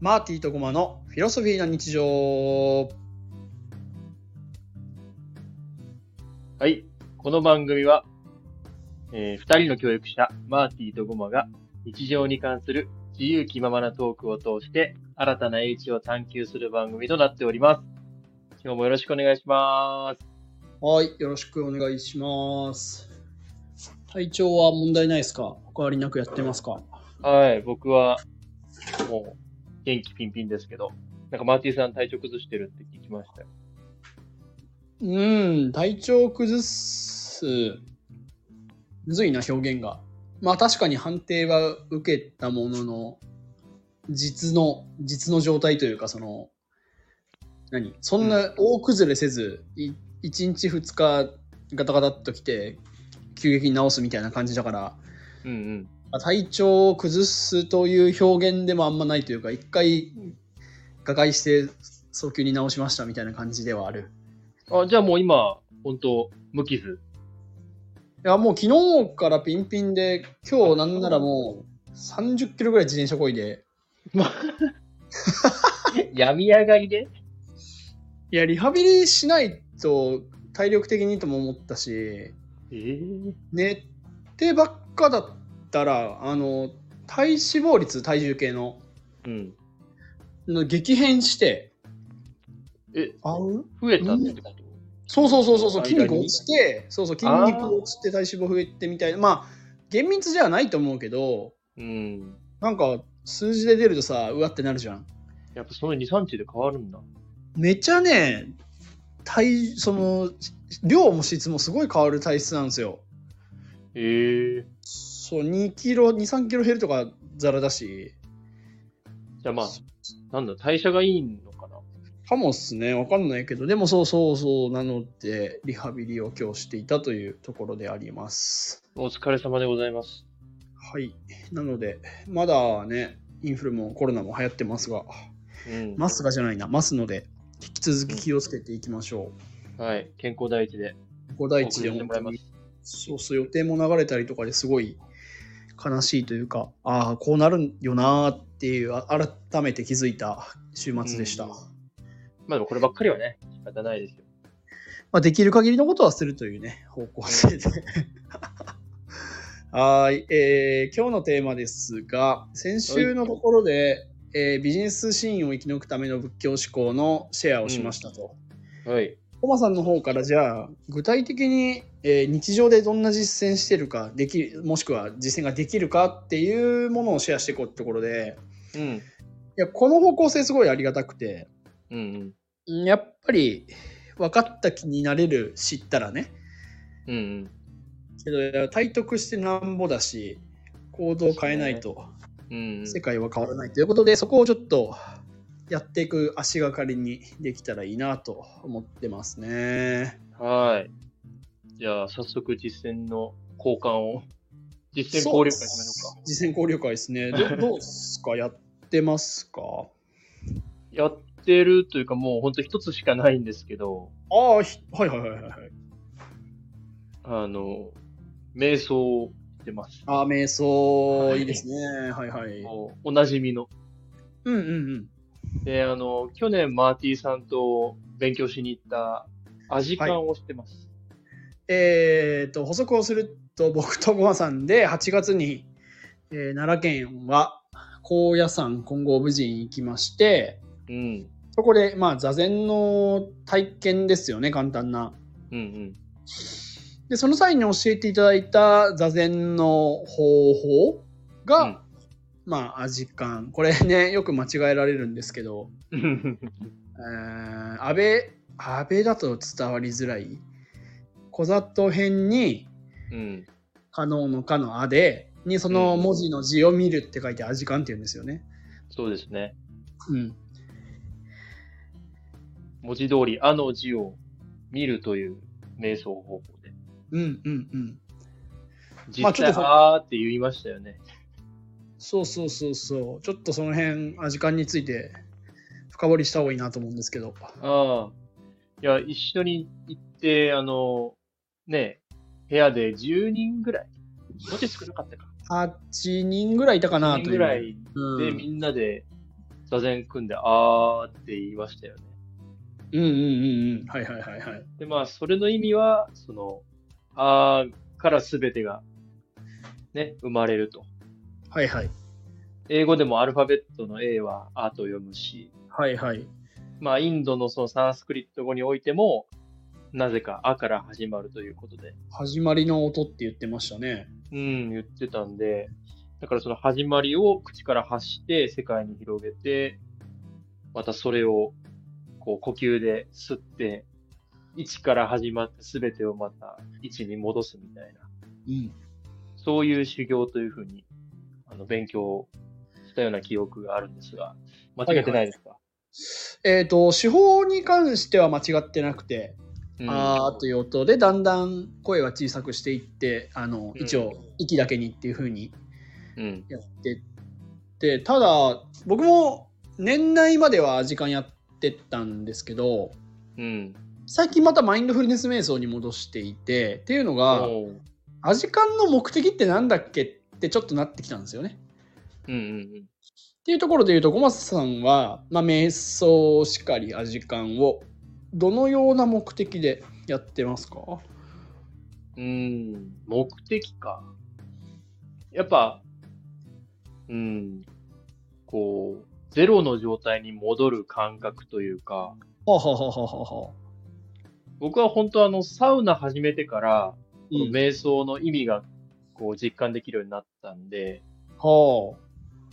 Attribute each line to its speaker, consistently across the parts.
Speaker 1: マーティーとゴマのフィロソフィーな日常。
Speaker 2: はい。この番組は、えー、二人の教育者、マーティとゴマが、日常に関する自由気ままなトークを通して、新たな英知を探求する番組となっております。今日もよろしくお願いします。
Speaker 1: はい、よろしくお願いします。体調は問題ないですかお変わりなくやってますか
Speaker 2: はい。僕は、もう、元気ピンピンですけど、なんかマーティさん体調崩してるって聞きましたよ。
Speaker 1: うん、体調を崩す。むずいな、表現が。まあ確かに判定は受けたものの、実の、実の状態というか、その、何そんな大崩れせず、い1日2日ガタガタっと来て、急激に治すみたいな感じだから、
Speaker 2: うんうん。
Speaker 1: まあ体調を崩すという表現でもあんまないというか一回瓦解して早急に直しましたみたいな感じではある
Speaker 2: あ、じゃあもう今、本当無傷。
Speaker 1: いやもう昨日からピンピンで今日なんならもう30キロぐらい自転車こいで
Speaker 2: 病み上がりで
Speaker 1: いやリハビリしないと体力的にとも思ったし
Speaker 2: えー、
Speaker 1: 寝てばっかだったらあの体脂肪率体重計の
Speaker 2: うん。
Speaker 1: の激変して
Speaker 2: え、
Speaker 1: あう
Speaker 2: 増えたってこと
Speaker 1: そうそうそうそうそう筋
Speaker 2: 間に
Speaker 1: 肉落ちてそうそう筋肉落ちて体脂肪増えてみたいなまあ厳密じゃないと思うけど
Speaker 2: うん。
Speaker 1: なんか数字で出るとさうわってなるじゃん
Speaker 2: やっぱその2、3値で変わるんだ。
Speaker 1: めちゃね体その量も質もすごい変わる体質なんですよ
Speaker 2: ええ
Speaker 1: そう2キロ2 3キロ減るとかザラだし
Speaker 2: じゃあまあ、なんだ、代謝がいいのかな。
Speaker 1: かもっすねわかんないけどでもそうそうそうなのでリハビリを今日していたというところであります
Speaker 2: お疲れ様でございます。
Speaker 1: はい。なので、まだね、インフルもコロナも流行ってますが、
Speaker 2: うん。
Speaker 1: ますがじゃないな、ますので、引き続き気をつけていきましょ
Speaker 2: はい。健康第一で。
Speaker 1: う。ここ第一で
Speaker 2: お送り
Speaker 1: 本
Speaker 2: してもら
Speaker 1: 当
Speaker 2: います
Speaker 1: に、そうそう、予定も流れたりとかですごい悲しいというか、ああ、こうなるんよなーっていう、あ改めて気づいた週末でした。
Speaker 2: うんまあでもこればっかりはね、仕方ないですよ。
Speaker 1: まあ、できる限りのことはするというね、方向性 で。はーい、えー今日のテーマですが、先週のところで、えービジネスシーンを生き抜くための仏教思考のシェアをしましたと。
Speaker 2: はい。
Speaker 1: コマさんの方からじゃあ具体的に、えー日常でどんな実践してるかできもしくは実践ができるかっていうものをシェアしていこうってところで
Speaker 2: うん。
Speaker 1: いやこの方向性すごいありがたくて
Speaker 2: うんうん。
Speaker 1: うんやっぱり分かった気になれる知ったらね
Speaker 2: うんうん。
Speaker 1: けどいや体得してなんぼだし行動を変えないと
Speaker 2: うん、うん。
Speaker 1: 世界は変わらないということで、そこをちょっとやっていく足がかりにできたらいいなと思ってますね。
Speaker 2: はい。じゃあ、早速実践の交換を、実践
Speaker 1: そう
Speaker 2: 交流会しましょうか。
Speaker 1: 実践交流会ですね。ど どうですかやってますか
Speaker 2: やってるというか、もうほんと一つしかないんですけど、
Speaker 1: ああ、ひはいはいはいはい。
Speaker 2: あの、瞑想をしてます。
Speaker 1: ああ、瞑想、、
Speaker 2: はいい
Speaker 1: いですね。はいはい。うん
Speaker 2: おおなじみの。
Speaker 1: うんうん。
Speaker 2: で、あの、去年マーティさんと勉強しに行ったアジカンをしてます。
Speaker 1: えっと、補足をすると、僕とごまさんで8月に、えー奈良県は高野山金剛無寺に行きまして、
Speaker 2: うん。
Speaker 1: そこで、まあ、座禅の体験ですよね、簡単な。
Speaker 2: うん
Speaker 1: で、その際に教えていただいた座禅の方法が、
Speaker 2: うん
Speaker 1: まあ、アジカン。これね、 よく間違えられるんですけど、
Speaker 2: うん。
Speaker 1: えー、安倍、安倍だと伝わりづらい。小里編に、
Speaker 2: うん。
Speaker 1: 可能の可のあで、にその文字の字を見るって書いて、アジカンって言うんですよね。
Speaker 2: そうですね。
Speaker 1: うん。
Speaker 2: 文字通り、あの字を見るという瞑想方法で。
Speaker 1: うんうんうん。まあ
Speaker 2: 実
Speaker 1: ちょっ
Speaker 2: 際、
Speaker 1: とそ
Speaker 2: あーって言いましたよね。
Speaker 1: そうそうそうそう。ちょっとその辺、アジカンについて深掘りした方がいいなと思うんですけど。
Speaker 2: ああ。いや、一緒に行って、あの、ね、部屋で10人ぐらい。もうちょい少なかったか。
Speaker 1: 8人ぐらいいたかなとい
Speaker 2: 10人
Speaker 1: う。
Speaker 2: ぐらいで
Speaker 1: う
Speaker 2: み
Speaker 1: ん、
Speaker 2: んなで座禅組んで、あーって言いましたよね。
Speaker 1: うんうんうんうん。はいはいはいはい。
Speaker 2: で、まあ、それの意味は、その、あーから全てが、ね、生まれると。
Speaker 1: はいはい。
Speaker 2: 英語でもアルファベットの A はあと読むし、
Speaker 1: はいはい。
Speaker 2: まあ、インドのそのサンスクリット語においても、なぜかあから始まるということで、
Speaker 1: 始まりの音って言ってましたね。
Speaker 2: うん、言ってたんで、だからその始まりを口から発して、世界に広げて、またそれを、こう、呼吸で吸って、1から始まって全てをまた1に戻すみたいな、
Speaker 1: うん。
Speaker 2: そういう修行というふうに、あの、勉強したような記憶があるんですが、間違ってないですか、
Speaker 1: えっ、と、手法に関しては間違ってなくて、
Speaker 2: うん
Speaker 1: あーという音で、だんだん声は小さくしていって、あの、
Speaker 2: うん
Speaker 1: 一応、息だけにっていう風に
Speaker 2: うん。
Speaker 1: やってって、ただ、僕も年内までは時間やってたんですけど、
Speaker 2: うん。
Speaker 1: 最近またマインドフルネス瞑想に戻していて、っていうのが、
Speaker 2: おう
Speaker 1: アジカンの目的ってなんだっけってちょっとなってきたんですよね。
Speaker 2: うんうん
Speaker 1: っていうところで言うと、小松さんは、まあ、瞑想しかりアジカンをどのような目的でやってますか
Speaker 2: うん。うん。目的か。やっぱ、うん。こう、ゼロの状態に戻る感覚というか、
Speaker 1: はあ、はあはあはあはあ、
Speaker 2: 僕は本当あの、サウナ始めてから、この
Speaker 1: うん
Speaker 2: 瞑想の意味が、こう、実感できるようになったんで、
Speaker 1: は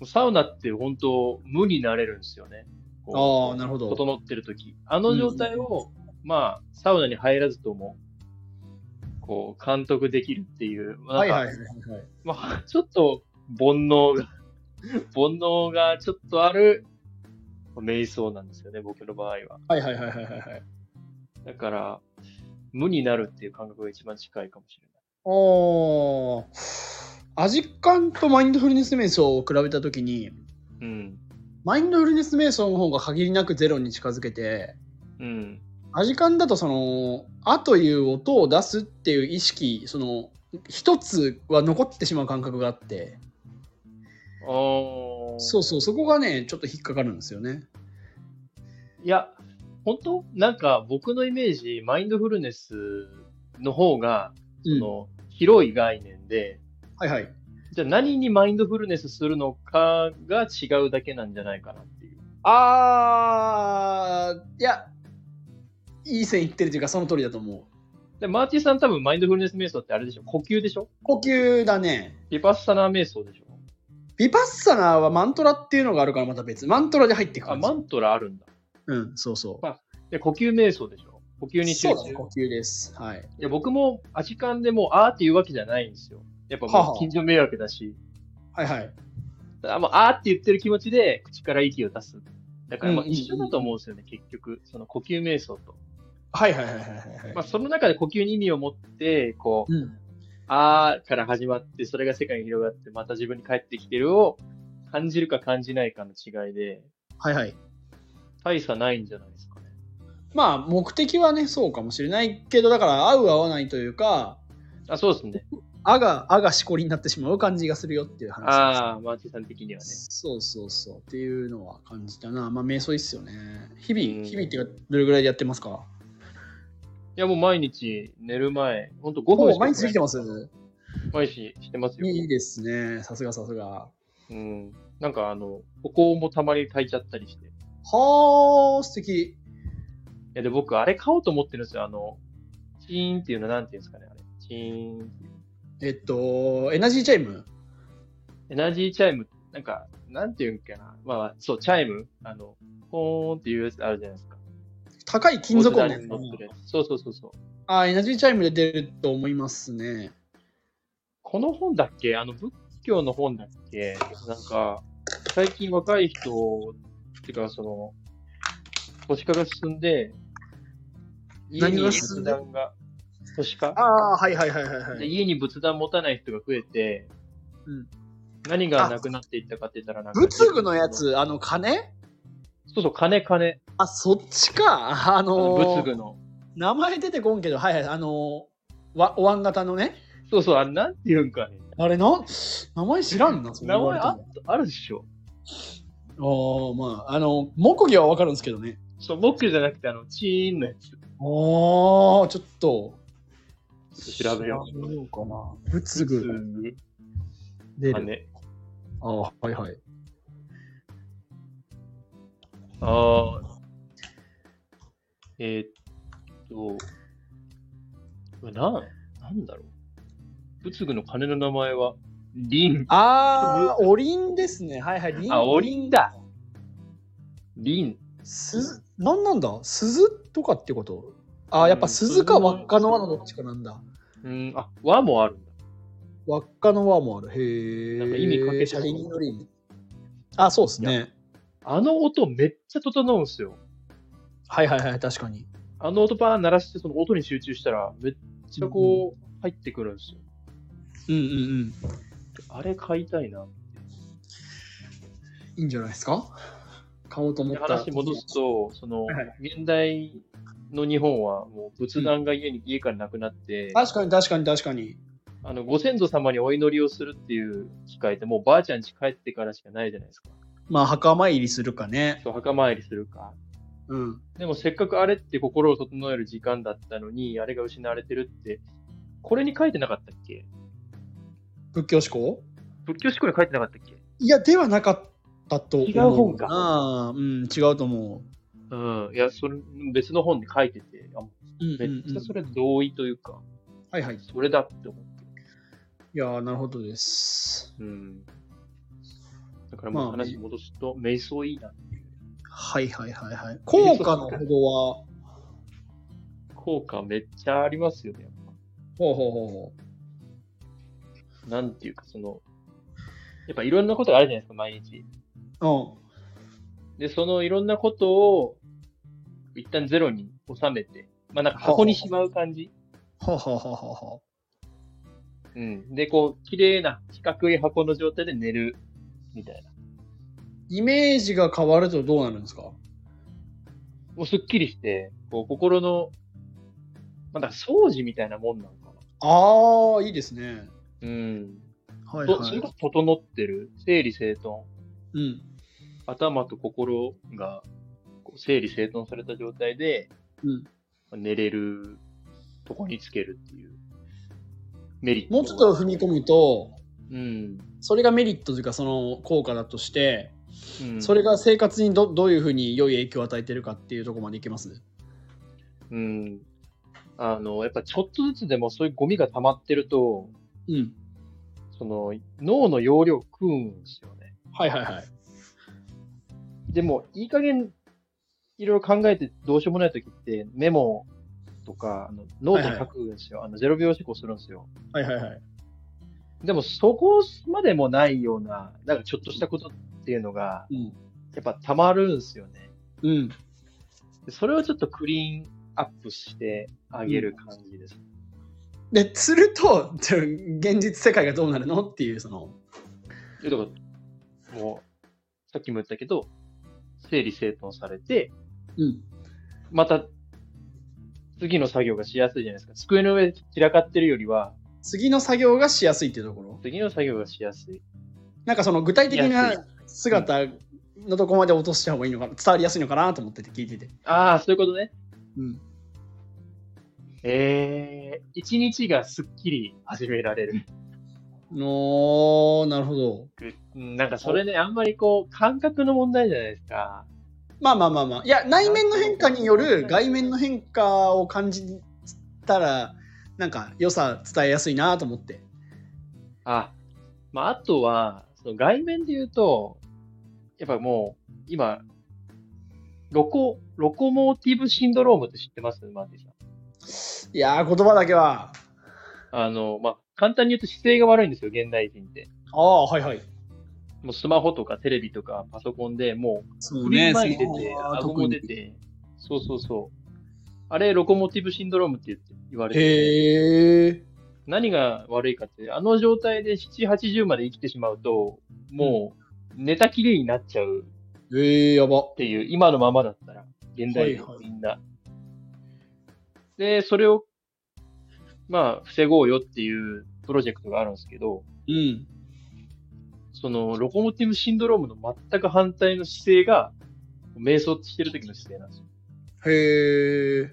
Speaker 2: サウナって本当、無になれるんですよね。
Speaker 1: あ、あ
Speaker 2: こ
Speaker 1: あ、
Speaker 2: う
Speaker 1: なるほど。
Speaker 2: 整ってる時あの状態を、まあ、サウナに入らずとも、こう、監督できるっていう、まあ
Speaker 1: はいはいはいはい。
Speaker 2: まあ、ちょっと、煩悩が、 煩悩がちょっとある、瞑想なんですよね、僕の場合は。
Speaker 1: はいはいはいはいはいはい。
Speaker 2: だから、無になるっていう感覚が一番近いかもしれない。
Speaker 1: ああ、アジカンとマインドフルネス瞑想を比べたときに、
Speaker 2: うん。
Speaker 1: マインドフルネス瞑想の方が限りなくゼロに近づけて、
Speaker 2: うん。
Speaker 1: アジカンだとその「あ」という音を出すっていう意識その一つは残ってしまう感覚があって
Speaker 2: あー
Speaker 1: そうそうそこがねちょっと引っかかるんですよね
Speaker 2: いや、本当なんか、僕のイメージ、マインドフルネスの方が、
Speaker 1: う
Speaker 2: そ
Speaker 1: ん
Speaker 2: の、広い概念で、
Speaker 1: はいはい
Speaker 2: じゃあ何にマインドフルネスするのかが違うだけなんじゃないかなっていう。
Speaker 1: あーいやいい線いってるというかその通りだと思う
Speaker 2: で、マーティさん多分マインドフルネス瞑想ってあれでしょ呼吸でしょ
Speaker 1: 呼吸だね
Speaker 2: リパッサナー瞑想でしょ
Speaker 1: ヴィパッサナーはマントラっていうのがあるからまた別マントラで入っていく
Speaker 2: あ、
Speaker 1: 感じ
Speaker 2: マントラあるんだ。
Speaker 1: うんそうそう
Speaker 2: まあで、呼吸瞑想でしょ呼吸に集
Speaker 1: そうだね
Speaker 2: 中。
Speaker 1: 呼吸ですはい
Speaker 2: いや、僕もアジカンでもうあーっていうわけじゃないんですよ。やっぱ
Speaker 1: はあ
Speaker 2: も
Speaker 1: は
Speaker 2: う
Speaker 1: あ
Speaker 2: 近所迷惑だし。
Speaker 1: はいはい
Speaker 2: あもうあーって言ってる気持ちで口から息を出す。だからまあ
Speaker 1: うんうんうん
Speaker 2: 一緒だと思うんですよね、結局。その呼吸瞑想と。
Speaker 1: はいはいはいはいはい
Speaker 2: まあその中で呼吸に意味を持って、こう、
Speaker 1: うん
Speaker 2: あーから始まって、それが世界に広がって、また自分に帰ってきてるを感じるか感じないかの違いで、
Speaker 1: はいはい
Speaker 2: 大差ないんじゃないですかね。
Speaker 1: まあ目的はねそうかもしれないけどだから合う合わないというか
Speaker 2: あ、そうですね。
Speaker 1: 「あ」が「あ」がしこりになってしまう感じがするよっていう話
Speaker 2: あー、マーティさん的には
Speaker 1: で
Speaker 2: ね。
Speaker 1: すそうそうそうっていうのは感じたなまあ瞑想いいっすよね日
Speaker 2: うん
Speaker 1: 々日々っていうかどれぐらいでやってますか
Speaker 2: いや、もう毎日寝る前、ほんと5分し
Speaker 1: お
Speaker 2: か
Speaker 1: 毎日できてます
Speaker 2: 毎日してますよ。
Speaker 1: いいですねさすがさすが
Speaker 2: うん。なんかあの、歩行もたまに炊いちゃったりして。い
Speaker 1: はあ素敵
Speaker 2: や、で、僕、あれ買おうと思ってるんですよ。あの、チーンっていうの、なんていうんですかね、あれ。チーン。
Speaker 1: えっとエナジーチャイム
Speaker 2: エナジーチャイム、なんか、なんていうんかな。まあ、そう、チャイム。あの、ポーンっていうやつあるじゃないですか。
Speaker 1: 高い金属音
Speaker 2: オリジナルに乗ってるやつそうそうそうそう。
Speaker 1: あエナジーチャイムで出ると思いますね
Speaker 2: この本だっけあの仏教の本だっけなんか、最近若い人、っていうかその、都市化が進んで、家に
Speaker 1: 何が進
Speaker 2: 仏
Speaker 1: んだ
Speaker 2: 壇が、都市化
Speaker 1: ああはいはいはいはいは
Speaker 2: で
Speaker 1: い
Speaker 2: 家に仏壇持たない人が増えて、
Speaker 1: うん
Speaker 2: 何がなくなっていったかって言ったらなんか、
Speaker 1: 仏具のや。つあの鐘
Speaker 2: そうそう、金金。
Speaker 1: あ、そっちか。あ
Speaker 2: あの
Speaker 1: の
Speaker 2: 仏具の。
Speaker 1: 名前出てこんけど、はいはい、あのーわお椀型のね。
Speaker 2: そうそう、あれなんて言うんかね。
Speaker 1: あれな、名前知らんな、そんな
Speaker 2: 名
Speaker 1: 言わ
Speaker 2: 前
Speaker 1: れて
Speaker 2: あ
Speaker 1: も
Speaker 2: あるでしょ。
Speaker 1: おーまあ、あの、木魚はわかるんですけどね。
Speaker 2: そう、僕じゃなくて、あの、チーンのやつ。ち
Speaker 1: おー、ちょっと。
Speaker 2: ょっと調べよ
Speaker 1: 調べようかな。仏
Speaker 2: う。
Speaker 1: 具出る。
Speaker 2: 羽。
Speaker 1: ああ、はいはい。
Speaker 2: ああ。えーっと、これなん、なんだろう。仏具の鐘の名前は、リン。
Speaker 1: あー、おりんですね。はいはい。りん
Speaker 2: あ、おりんだ。リン。
Speaker 1: す、なんなんだ鈴とかってことあー、やっぱ鈴か輪っかの輪のどっちかなんだ。
Speaker 2: うん、あ、和もあるんだ。
Speaker 1: 輪っかの輪もある。へえ。
Speaker 2: なんか意味かけてる
Speaker 1: シャリンのリン。あ、そうですね。
Speaker 2: あの音めっちゃ整うんすよ。
Speaker 1: はいはいはい、確かに。
Speaker 2: あの音バーン鳴らして、その音に集中したら、めっちゃこう、入ってくるんですよ。
Speaker 1: うんうんうん。
Speaker 2: あれ買いたいな。
Speaker 1: いいんじゃないですか買おうと思
Speaker 2: で
Speaker 1: った
Speaker 2: 話戻すと、その、
Speaker 1: はいは
Speaker 2: 現代の日本はもう仏壇が家に、家からなくなって、
Speaker 1: 確かに確かに確かに。
Speaker 2: あの、ご先祖様にお祈りをするっていう機会って、もうばあちゃん家帰ってからしかないじゃないですか。
Speaker 1: まあ、墓参りするかね。
Speaker 2: そう墓参りするか。
Speaker 1: うん。
Speaker 2: でもせっかくあれって心を整える時間だったのに、あれが失われてるって、これに書いてなかったっけ
Speaker 1: 仏教志向
Speaker 2: 仏教思考に書いてなかったっけ
Speaker 1: いや、ではなかったと思う。
Speaker 2: 違う本か
Speaker 1: ああ、うん、違うと思
Speaker 2: うん。いや、それ、別の本に書いてて、あ
Speaker 1: う。うんうんう
Speaker 2: め
Speaker 1: ん
Speaker 2: っちゃそれ同意というか、
Speaker 1: はいはい。い
Speaker 2: それだって思って。
Speaker 1: やー、なるほどです。
Speaker 2: うん。だからもう
Speaker 1: まあ
Speaker 2: 話戻すと、瞑想いいな。
Speaker 1: はいはいはいはい。効果のほどは、
Speaker 2: 効果めっちゃありますよね、やっ
Speaker 1: ほうほうほうほう。
Speaker 2: ぱ。なんていうか、その、やっぱいろんなことがあるじゃないですか、毎日。
Speaker 1: うん。
Speaker 2: で、そのいろんなことを、一旦ゼロに収めて、まあなんか箱にしまう感じ。
Speaker 1: ははははは。
Speaker 2: うん。で、こう、綺麗な四角い箱の状態で寝る、みたいな。
Speaker 1: イメージが変わるとどうなるんですか
Speaker 2: もうすっきりして、こう、心の、まあだから掃除みたいなもんなのか
Speaker 1: ああ、いいですね。
Speaker 2: な。うん。
Speaker 1: はい
Speaker 2: と
Speaker 1: は
Speaker 2: それこ
Speaker 1: い。
Speaker 2: そ整ってる、整理整頓。
Speaker 1: うん。
Speaker 2: 頭と心がこう整理整頓された状態で
Speaker 1: うん、
Speaker 2: 寝れるとこにつけるっていうメリット。
Speaker 1: もうちょっと踏み込むと、
Speaker 2: うん。
Speaker 1: それがメリットというか、その効果だとして、
Speaker 2: うん。
Speaker 1: それが生活にどどういうふうに良い影響を与えてるかっていうところまでいけます
Speaker 2: うん。あの、やっぱちょっとずつでもそういうゴミが溜まってると、
Speaker 1: うん。
Speaker 2: その脳の容量食うんですよね。
Speaker 1: はいはいはい。
Speaker 2: でも、いい加減、いろいろ考えてどうしようもない時って、メモとか、あのノートに書くんですよ。あの、0秒思考するんですよ。
Speaker 1: はいはいはい。
Speaker 2: でもそこまでもないような、なんかちょっとしたことっていうのが、
Speaker 1: うん。
Speaker 2: やっぱたまるんですよね。
Speaker 1: うん。
Speaker 2: でそれをちょっとクリーンアップしてあげる感じです。
Speaker 1: で、すると、 じゃあ現実世界がどうなるのっていう、その、
Speaker 2: でだからもう、さっきも言ったけど、整理整頓されて、
Speaker 1: うん。
Speaker 2: また、次の作業がしやすいじゃないですか。机の上で散らかってるよりは、
Speaker 1: 次の作業がしやすいっていうところ。
Speaker 2: 次の作業がしやすい。
Speaker 1: なんかその具体的
Speaker 2: やすい
Speaker 1: な姿のとこまで落とした方がいいのかな、伝わりやすいのかなと思ってて聞いてて。
Speaker 2: ああ、そういうことね。
Speaker 1: うん。
Speaker 2: えー、一日がすっきり始められる。
Speaker 1: のなるほど。
Speaker 2: うんなんかそれね、あんまりこう、感覚の問題じゃないですか。
Speaker 1: まあまあまあまあ。いや、内面の変化による外面の変化を感じたら、なんか良さ伝えやすいなと思って。
Speaker 2: あ、まあ、あとは、その外面で言うと、やっぱもう、今、ロコ、ロコモーティブシンドロームって知ってますマーティさん。
Speaker 1: いやー、言葉だけは。
Speaker 2: あの、まあ、簡単に言うと姿勢が悪いんですよ、現代人って。
Speaker 1: ああ、はいはい。
Speaker 2: もうスマホとかテレビとかパソコンでも、
Speaker 1: そうう
Speaker 2: 首
Speaker 1: ね、
Speaker 2: に前に出
Speaker 1: ス
Speaker 2: て、
Speaker 1: マホは
Speaker 2: 顎
Speaker 1: 特
Speaker 2: も
Speaker 1: に
Speaker 2: 出て、そうそうそう。あれ、ロコモーティブシンドロームって言って言われてて。
Speaker 1: へえ。
Speaker 2: 何が悪いかって、あの状態で7、80まで生きてしまうと、もう寝たきりになっちゃう
Speaker 1: ええ、やば
Speaker 2: っ。ていう、今のままだったら、現代人みんな。で、それを、まあ、防ごうよっていうプロジェクトがあるんですけど、
Speaker 1: うん。
Speaker 2: その、ロコモティブシンドロームの全く反対の姿勢が、瞑想してる時の姿勢なんですよ。
Speaker 1: へえ。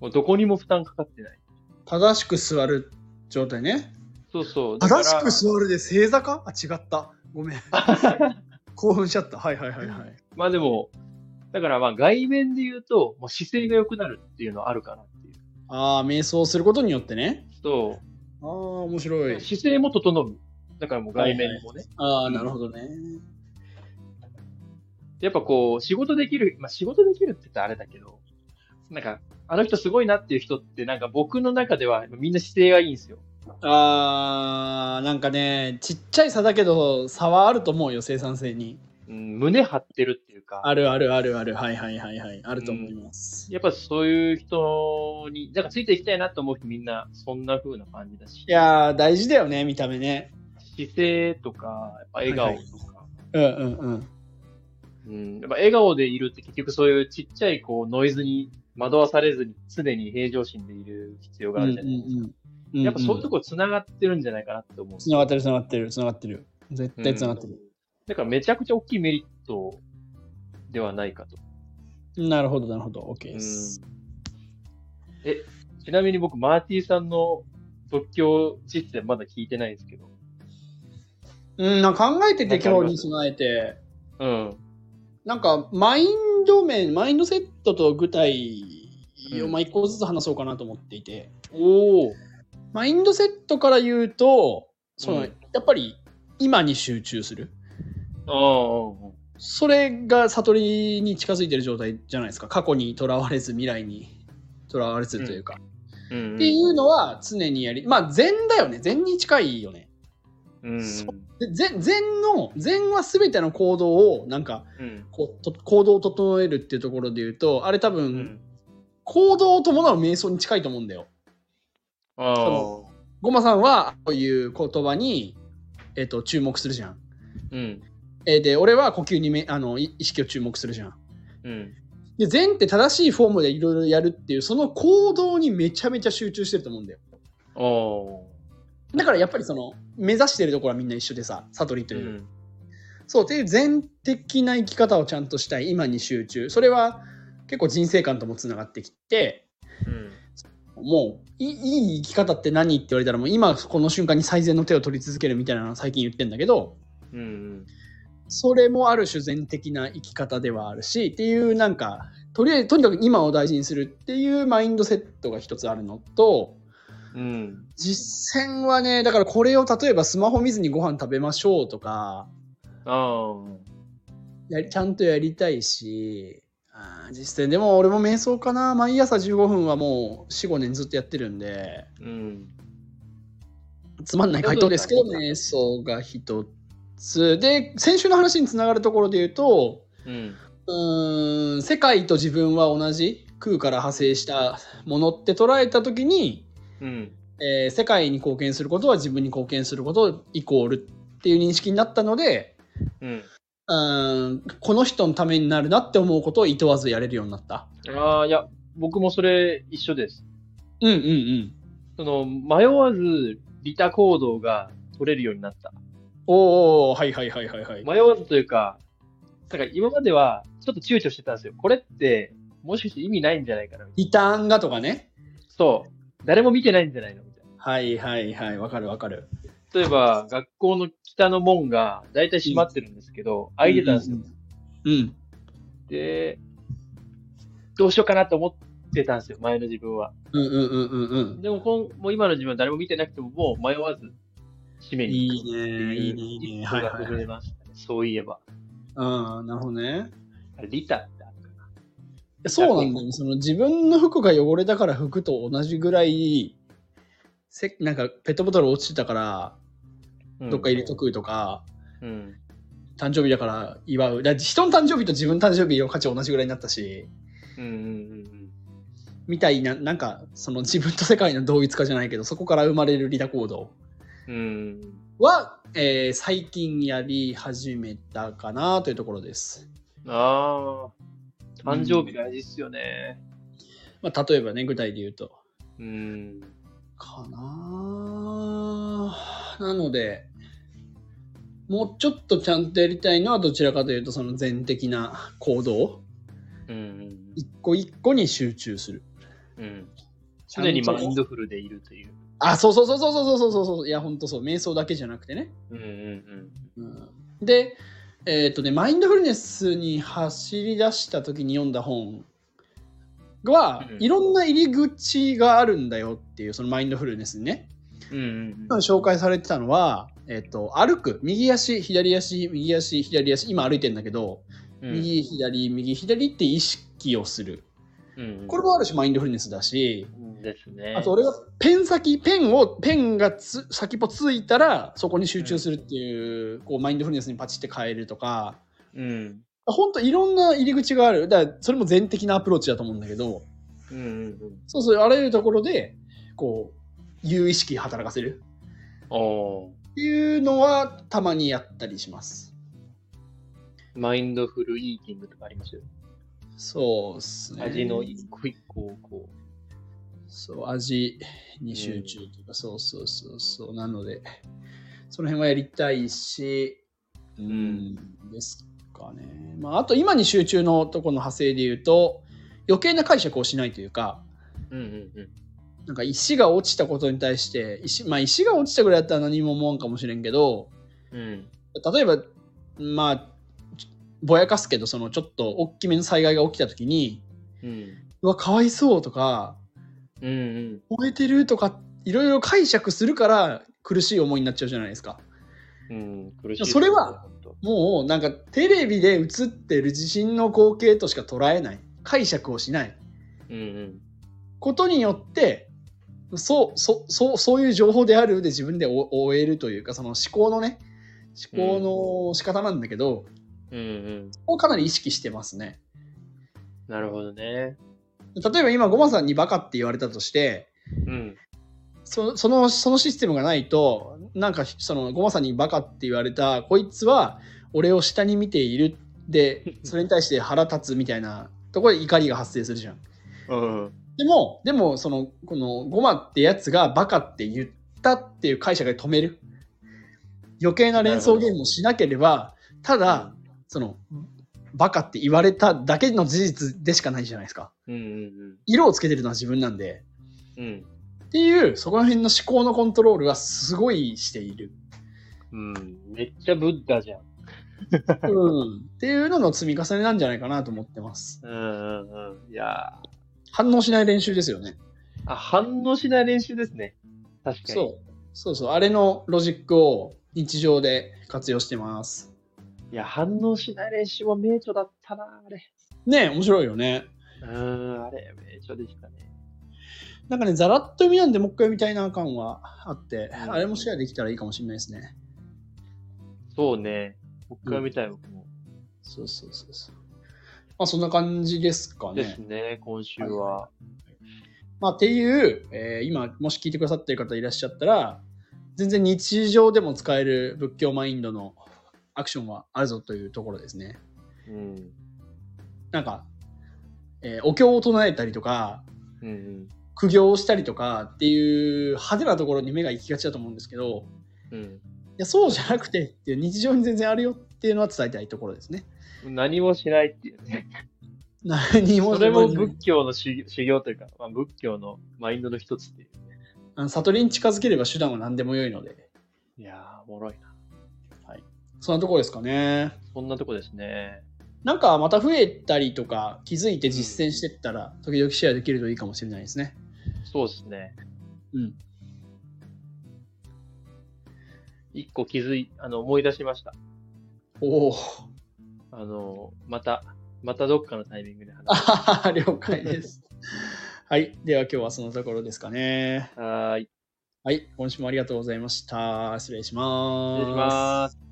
Speaker 2: もうどこにも負担かかってない。
Speaker 1: 正しく座る状態ね。
Speaker 2: そうそう。だから
Speaker 1: 正しく座るで正座かあ、違った。ごめん。 興奮しちゃった。はいはいはいはい。
Speaker 2: まあでも、だからまあ外面で言うと、もう姿勢が良くなるっていうのはあるかなっていう。
Speaker 1: ああ、瞑想することによってね。
Speaker 2: そ
Speaker 1: ああ、面白
Speaker 2: う。
Speaker 1: い。
Speaker 2: 姿勢も整う。だからもう外面もね。
Speaker 1: ああ、なるほどね。
Speaker 2: やっぱこう、仕事できる、まあ仕事できるって言ったらあれだけど、なんか、あの人すごいなっていう人って、なんか僕の中ではみんな姿勢がいいんですよ。
Speaker 1: ああ、なんかね、ちっちゃい差だけど、差はあると思うよ、生産性に。
Speaker 2: うん、胸張ってるっていうか、
Speaker 1: あるあるあるある。はいはいはいはい。あると思います。
Speaker 2: やっぱそういう人に、なんかついていきたいなと思う人みんなそんな風な感じだし
Speaker 1: い、やー、大事だよね、見た目ね。
Speaker 2: 姿勢とか、やっぱ笑顔とか、
Speaker 1: うんうんうん。
Speaker 2: うん、やっぱ笑顔でいるって結局そういうちっちゃいこうノイズに惑わされずに常に平常心でいる必要があるじゃないですか。
Speaker 1: うん
Speaker 2: やっぱそういうとこ繋がってるんじゃないかなって思う。
Speaker 1: つながってるつながってるつながってる絶対つながってる、
Speaker 2: だからめちゃくちゃ大きいメリットではないかと。
Speaker 1: なるほどなるほど OK
Speaker 2: う
Speaker 1: で
Speaker 2: ん
Speaker 1: す、
Speaker 2: え、ちなみに僕、マーティさんの仏教実践まだ聞いてないんですけど。
Speaker 1: うん、なんか考えてて
Speaker 2: わ
Speaker 1: 今
Speaker 2: かります
Speaker 1: 日に備えて
Speaker 2: うん。
Speaker 1: なんかマインド面マインドセットと具体を
Speaker 2: うん
Speaker 1: まあ一個ずつ話そうかなと思っていて、
Speaker 2: おお。
Speaker 1: マインドセットから言うとその、
Speaker 2: うん
Speaker 1: やっぱり今に集中する
Speaker 2: あ
Speaker 1: それが悟りに近づいてる状態じゃないですか過去にとらわれず未来にとらわれずというか、
Speaker 2: あ。うん。
Speaker 1: っていうのは常にやりまあ禅だよね禅に近いよね
Speaker 2: うん。
Speaker 1: で禅禅の禅は全ての行動をなんか
Speaker 2: うん。
Speaker 1: こうと行動を整えるっていうところで言うとあれ多分、
Speaker 2: うん。
Speaker 1: 行動を伴う瞑想に近いと思うんだよ。
Speaker 2: ああ。
Speaker 1: ごまさんはこういう言葉に、えっと注目するじゃん。
Speaker 2: うん。
Speaker 1: えーで俺は呼吸にめあのい意識を注目するじゃん。
Speaker 2: うん。
Speaker 1: で禅って正しいフォームでいろいろやるっていうその行動にめちゃめちゃ集中してると思うんだよ。
Speaker 2: ああ。
Speaker 1: だからやっぱりその目指してるところはみんな一緒でさ悟りという。
Speaker 2: うん
Speaker 1: そうっていう全的な生き方をちゃんとしたい今に集中それは結構人生観ともつながってきて
Speaker 2: うん。
Speaker 1: もういいい生き方って何って言われたらもう今この瞬間に最善の手を取り続けるみたいなのを最近言ってんだけど
Speaker 2: うんうん。
Speaker 1: それもある種全的な生き方ではあるしっていうなんかとりあえずとにかく今を大事にするっていうマインドセットが一つあるのと
Speaker 2: うん。
Speaker 1: 実践はねだからこれを例えばスマホ見ずにご飯食べましょうとか
Speaker 2: ああ。うん
Speaker 1: やりちゃんとやりたいしあー実践でも俺も瞑想かな毎朝15分はもう45年ずっとやってるんで
Speaker 2: うん。
Speaker 1: つまんない回答ですけど瞑想が一つで先週の話につながるところで言うと
Speaker 2: うん。
Speaker 1: うーん世界と自分は同じ空から派生したものって捉えた時に、
Speaker 2: うん。
Speaker 1: えー世界に貢献することは自分に貢献することイコールっていう認識になったので
Speaker 2: うん。
Speaker 1: うーんこの人のためになるなって思うことを厭わずやれるようになった。
Speaker 2: ああ、いや、僕もそれ一緒です。
Speaker 1: うんうんうん。
Speaker 2: その、迷わず利他行動が取れるようになった。
Speaker 1: おーおーはいはいはいはいはい。
Speaker 2: 迷わずというか、だから今まではちょっと躊躇してたんですよ。これって、もしかして意味ないんじゃないかなみたい
Speaker 1: リターンがとかね。
Speaker 2: な。そう。誰も見てないんじゃないのみたいな。
Speaker 1: はいはいはい、わかるわかる。
Speaker 2: 例えば、学校の北の門が大体閉まってるんですけど、開いてたんですよ。
Speaker 1: うん。
Speaker 2: で、どうしようかなと思ってたんですよ、前の自分は。
Speaker 1: うんうんうんうんうん。
Speaker 2: でもこんもう今の自分は誰も見てなくても、もう迷わず締めに
Speaker 1: い
Speaker 2: 行
Speaker 1: い
Speaker 2: くって
Speaker 1: ね、いいね、い
Speaker 2: い
Speaker 1: いうね。
Speaker 2: 一
Speaker 1: は
Speaker 2: 歩
Speaker 1: い
Speaker 2: が
Speaker 1: はい
Speaker 2: 踏
Speaker 1: は
Speaker 2: め
Speaker 1: い。
Speaker 2: ましたね。そういえば。
Speaker 1: ああ、なるほどね。
Speaker 2: リタってあるか
Speaker 1: そうなんだよ、ね。その自分の服が汚れたから服と同じぐらい、せなんかペットボトル落ちてたから、
Speaker 2: な。
Speaker 1: どっか入れとくとか、
Speaker 2: うん。
Speaker 1: 誕生日だから祝う。だって人の誕生日と自分の誕生日の価値同じぐらいになったし、
Speaker 2: うんうんうん
Speaker 1: みたいな、なんかその自分と世界の同一化じゃないけど、そこから生まれるリタ行動。
Speaker 2: うん。うん。
Speaker 1: は、えー最近やり始めたかなというところです。
Speaker 2: ああ。誕生日大事っすよね。
Speaker 1: まあ、例えばね、具体で言うと。
Speaker 2: うん。
Speaker 1: かなあなので、もうちょっとちゃんとやりたいのはどちらかというとその全的な行動
Speaker 2: うん。
Speaker 1: 一個一個に集中する
Speaker 2: うん。
Speaker 1: ちゃんと
Speaker 2: 常にマインドフルでいるという。
Speaker 1: あそうそうそうそうそうそうそうそういや本当そう瞑想だけじゃなくてね、
Speaker 2: うんうん
Speaker 1: うん、でえっ、とねマインドフルネスに走り出した時に読んだ本は、
Speaker 2: うん
Speaker 1: いろんな入り口があるんだよっていうそのマインドフルネスにね、
Speaker 2: うん。うんうんうん。
Speaker 1: 紹介されてたのは、えっと、歩く右足左足右足左足今歩いてんだけど、
Speaker 2: うん
Speaker 1: 右左右左って意識をする
Speaker 2: うんうん
Speaker 1: これもある種マインドフルネスだし、
Speaker 2: ですね。
Speaker 1: あと俺がペン先ペンをペンがつ先っぽついたらそこに集中するっていう,、こうマインドフルネスにパチって変えるとか
Speaker 2: うん。
Speaker 1: 本当いろんな入り口があるだからそれも全的なアプローチだと思うんだけど
Speaker 2: うんうん
Speaker 1: そうそうあらゆるところでこう有意識働かせる
Speaker 2: うん。おー
Speaker 1: っていうのはたまにやったりします。
Speaker 2: マインドフルイーティングとかありますよ。
Speaker 1: そうっすね。
Speaker 2: 味の一個一個をこ
Speaker 1: そう、味に集中というか、そうそうそうそう。なので、その辺はやりたいし、うん、ですかね。まあ、あと今に集中のとこの派生で言うと、余計な解釈をしないというか、
Speaker 2: う。うんうんうん。
Speaker 1: なんか石が落ちたことに対して、石まあ、石が落ちたぐらいだったら何も思わんかもしれんけど、
Speaker 2: うん。
Speaker 1: 例えば、まあ、ちぼやかすけど、そのちょっと大きめの災害が起きたときに、
Speaker 2: うん。
Speaker 1: うわ、かわいそうとか、
Speaker 2: うんうん。
Speaker 1: 燃えてるとかいろいろ解釈するから苦しい思いになっちゃうじゃないですか
Speaker 2: うん。苦しい。
Speaker 1: それは
Speaker 2: 本当、
Speaker 1: もうなんかテレビで映ってる地震の光景としか捉えない解釈をしない
Speaker 2: うんうん。
Speaker 1: ことによってそうそうそうそういう情報であるで自分で終終えるというかその思考のね思考の仕方なんだけど、
Speaker 2: うんうん。
Speaker 1: をかなり意識してますね
Speaker 2: なるほどね。
Speaker 1: 例えば今ゴマさんにバカって言われたとして
Speaker 2: うん。
Speaker 1: そそのそのシステムがないとなんかそのゴマさんにバカって言われたこいつは俺を下に見ているでそれに対して腹立つみたいなところで怒りが発生するじゃん。
Speaker 2: うん。
Speaker 1: でもでもそのこのゴマってやつがバカって言ったっていう解釈で止める余計な連想ゲームをしなければただそのバカって言われただけの事実でしかないじゃないですか
Speaker 2: うんうん
Speaker 1: 色をつけてるのは自分なんで
Speaker 2: うん。うん。
Speaker 1: っていうそこら辺の思考のコントロールはすごいしている、
Speaker 2: うん。めっちゃブッダじゃん。
Speaker 1: うん、っていうのの積み重ねなんじゃないかなと思ってます
Speaker 2: うんうんうん。いや
Speaker 1: 反応しない練習ですよね
Speaker 2: ーあ、反応しない練習ですね。確かに。
Speaker 1: そうそうそうあれのロジックを日常で活用してます
Speaker 2: いや、反応しない練習も名著だったな、あれ。
Speaker 1: ねえ面白いよね
Speaker 2: うん、あれ、名著でしたね。
Speaker 1: なんかねざらっと読みなんでもう一回見たいな感はあって
Speaker 2: うん
Speaker 1: あれもシェアできたらいいかもしれないですね
Speaker 2: そうね。僕が見たい僕も。
Speaker 1: そうそうそうそうまあそんな感じですかね
Speaker 2: ですね、今週は。
Speaker 1: まあ、っていう、えー今もし聞いてくださってる方いらっしゃったら全然日常でも使える仏教マインドのアクションはあるぞというところですね。
Speaker 2: うん。
Speaker 1: なんか、えーお経を唱えたりとか
Speaker 2: うんうん。
Speaker 1: 苦行をしたりとかっていう派手なところに目が行きがちだと思うんですけど
Speaker 2: うん
Speaker 1: いやそうじゃなくてっていう日常に全然あるよっていうのは伝えたいところですね。
Speaker 2: 何もしないっていうね。
Speaker 1: 何も
Speaker 2: それも仏教の修修行というか、まあ、仏教のマインドの一つっていう。
Speaker 1: あの悟りに近づければ手段は何でも良いので
Speaker 2: いやー、おもろいな。
Speaker 1: そんなところですかね。
Speaker 2: そんなとこですね。
Speaker 1: なんかまた増えたりとか気づいて実践してったら時々シェアできるといいかもしれないですね。
Speaker 2: そうですね。
Speaker 1: うん。
Speaker 2: 一個気づい、あの、思い出しました。
Speaker 1: おお。
Speaker 2: あの、また、またどっかのタイミングで
Speaker 1: あ
Speaker 2: 話す。
Speaker 1: はは 了解です。はい。では今日はそのところですかね。
Speaker 2: はーい。
Speaker 1: はい。今週もありがとうございました。失礼しま
Speaker 2: 失
Speaker 1: す。
Speaker 2: 礼します。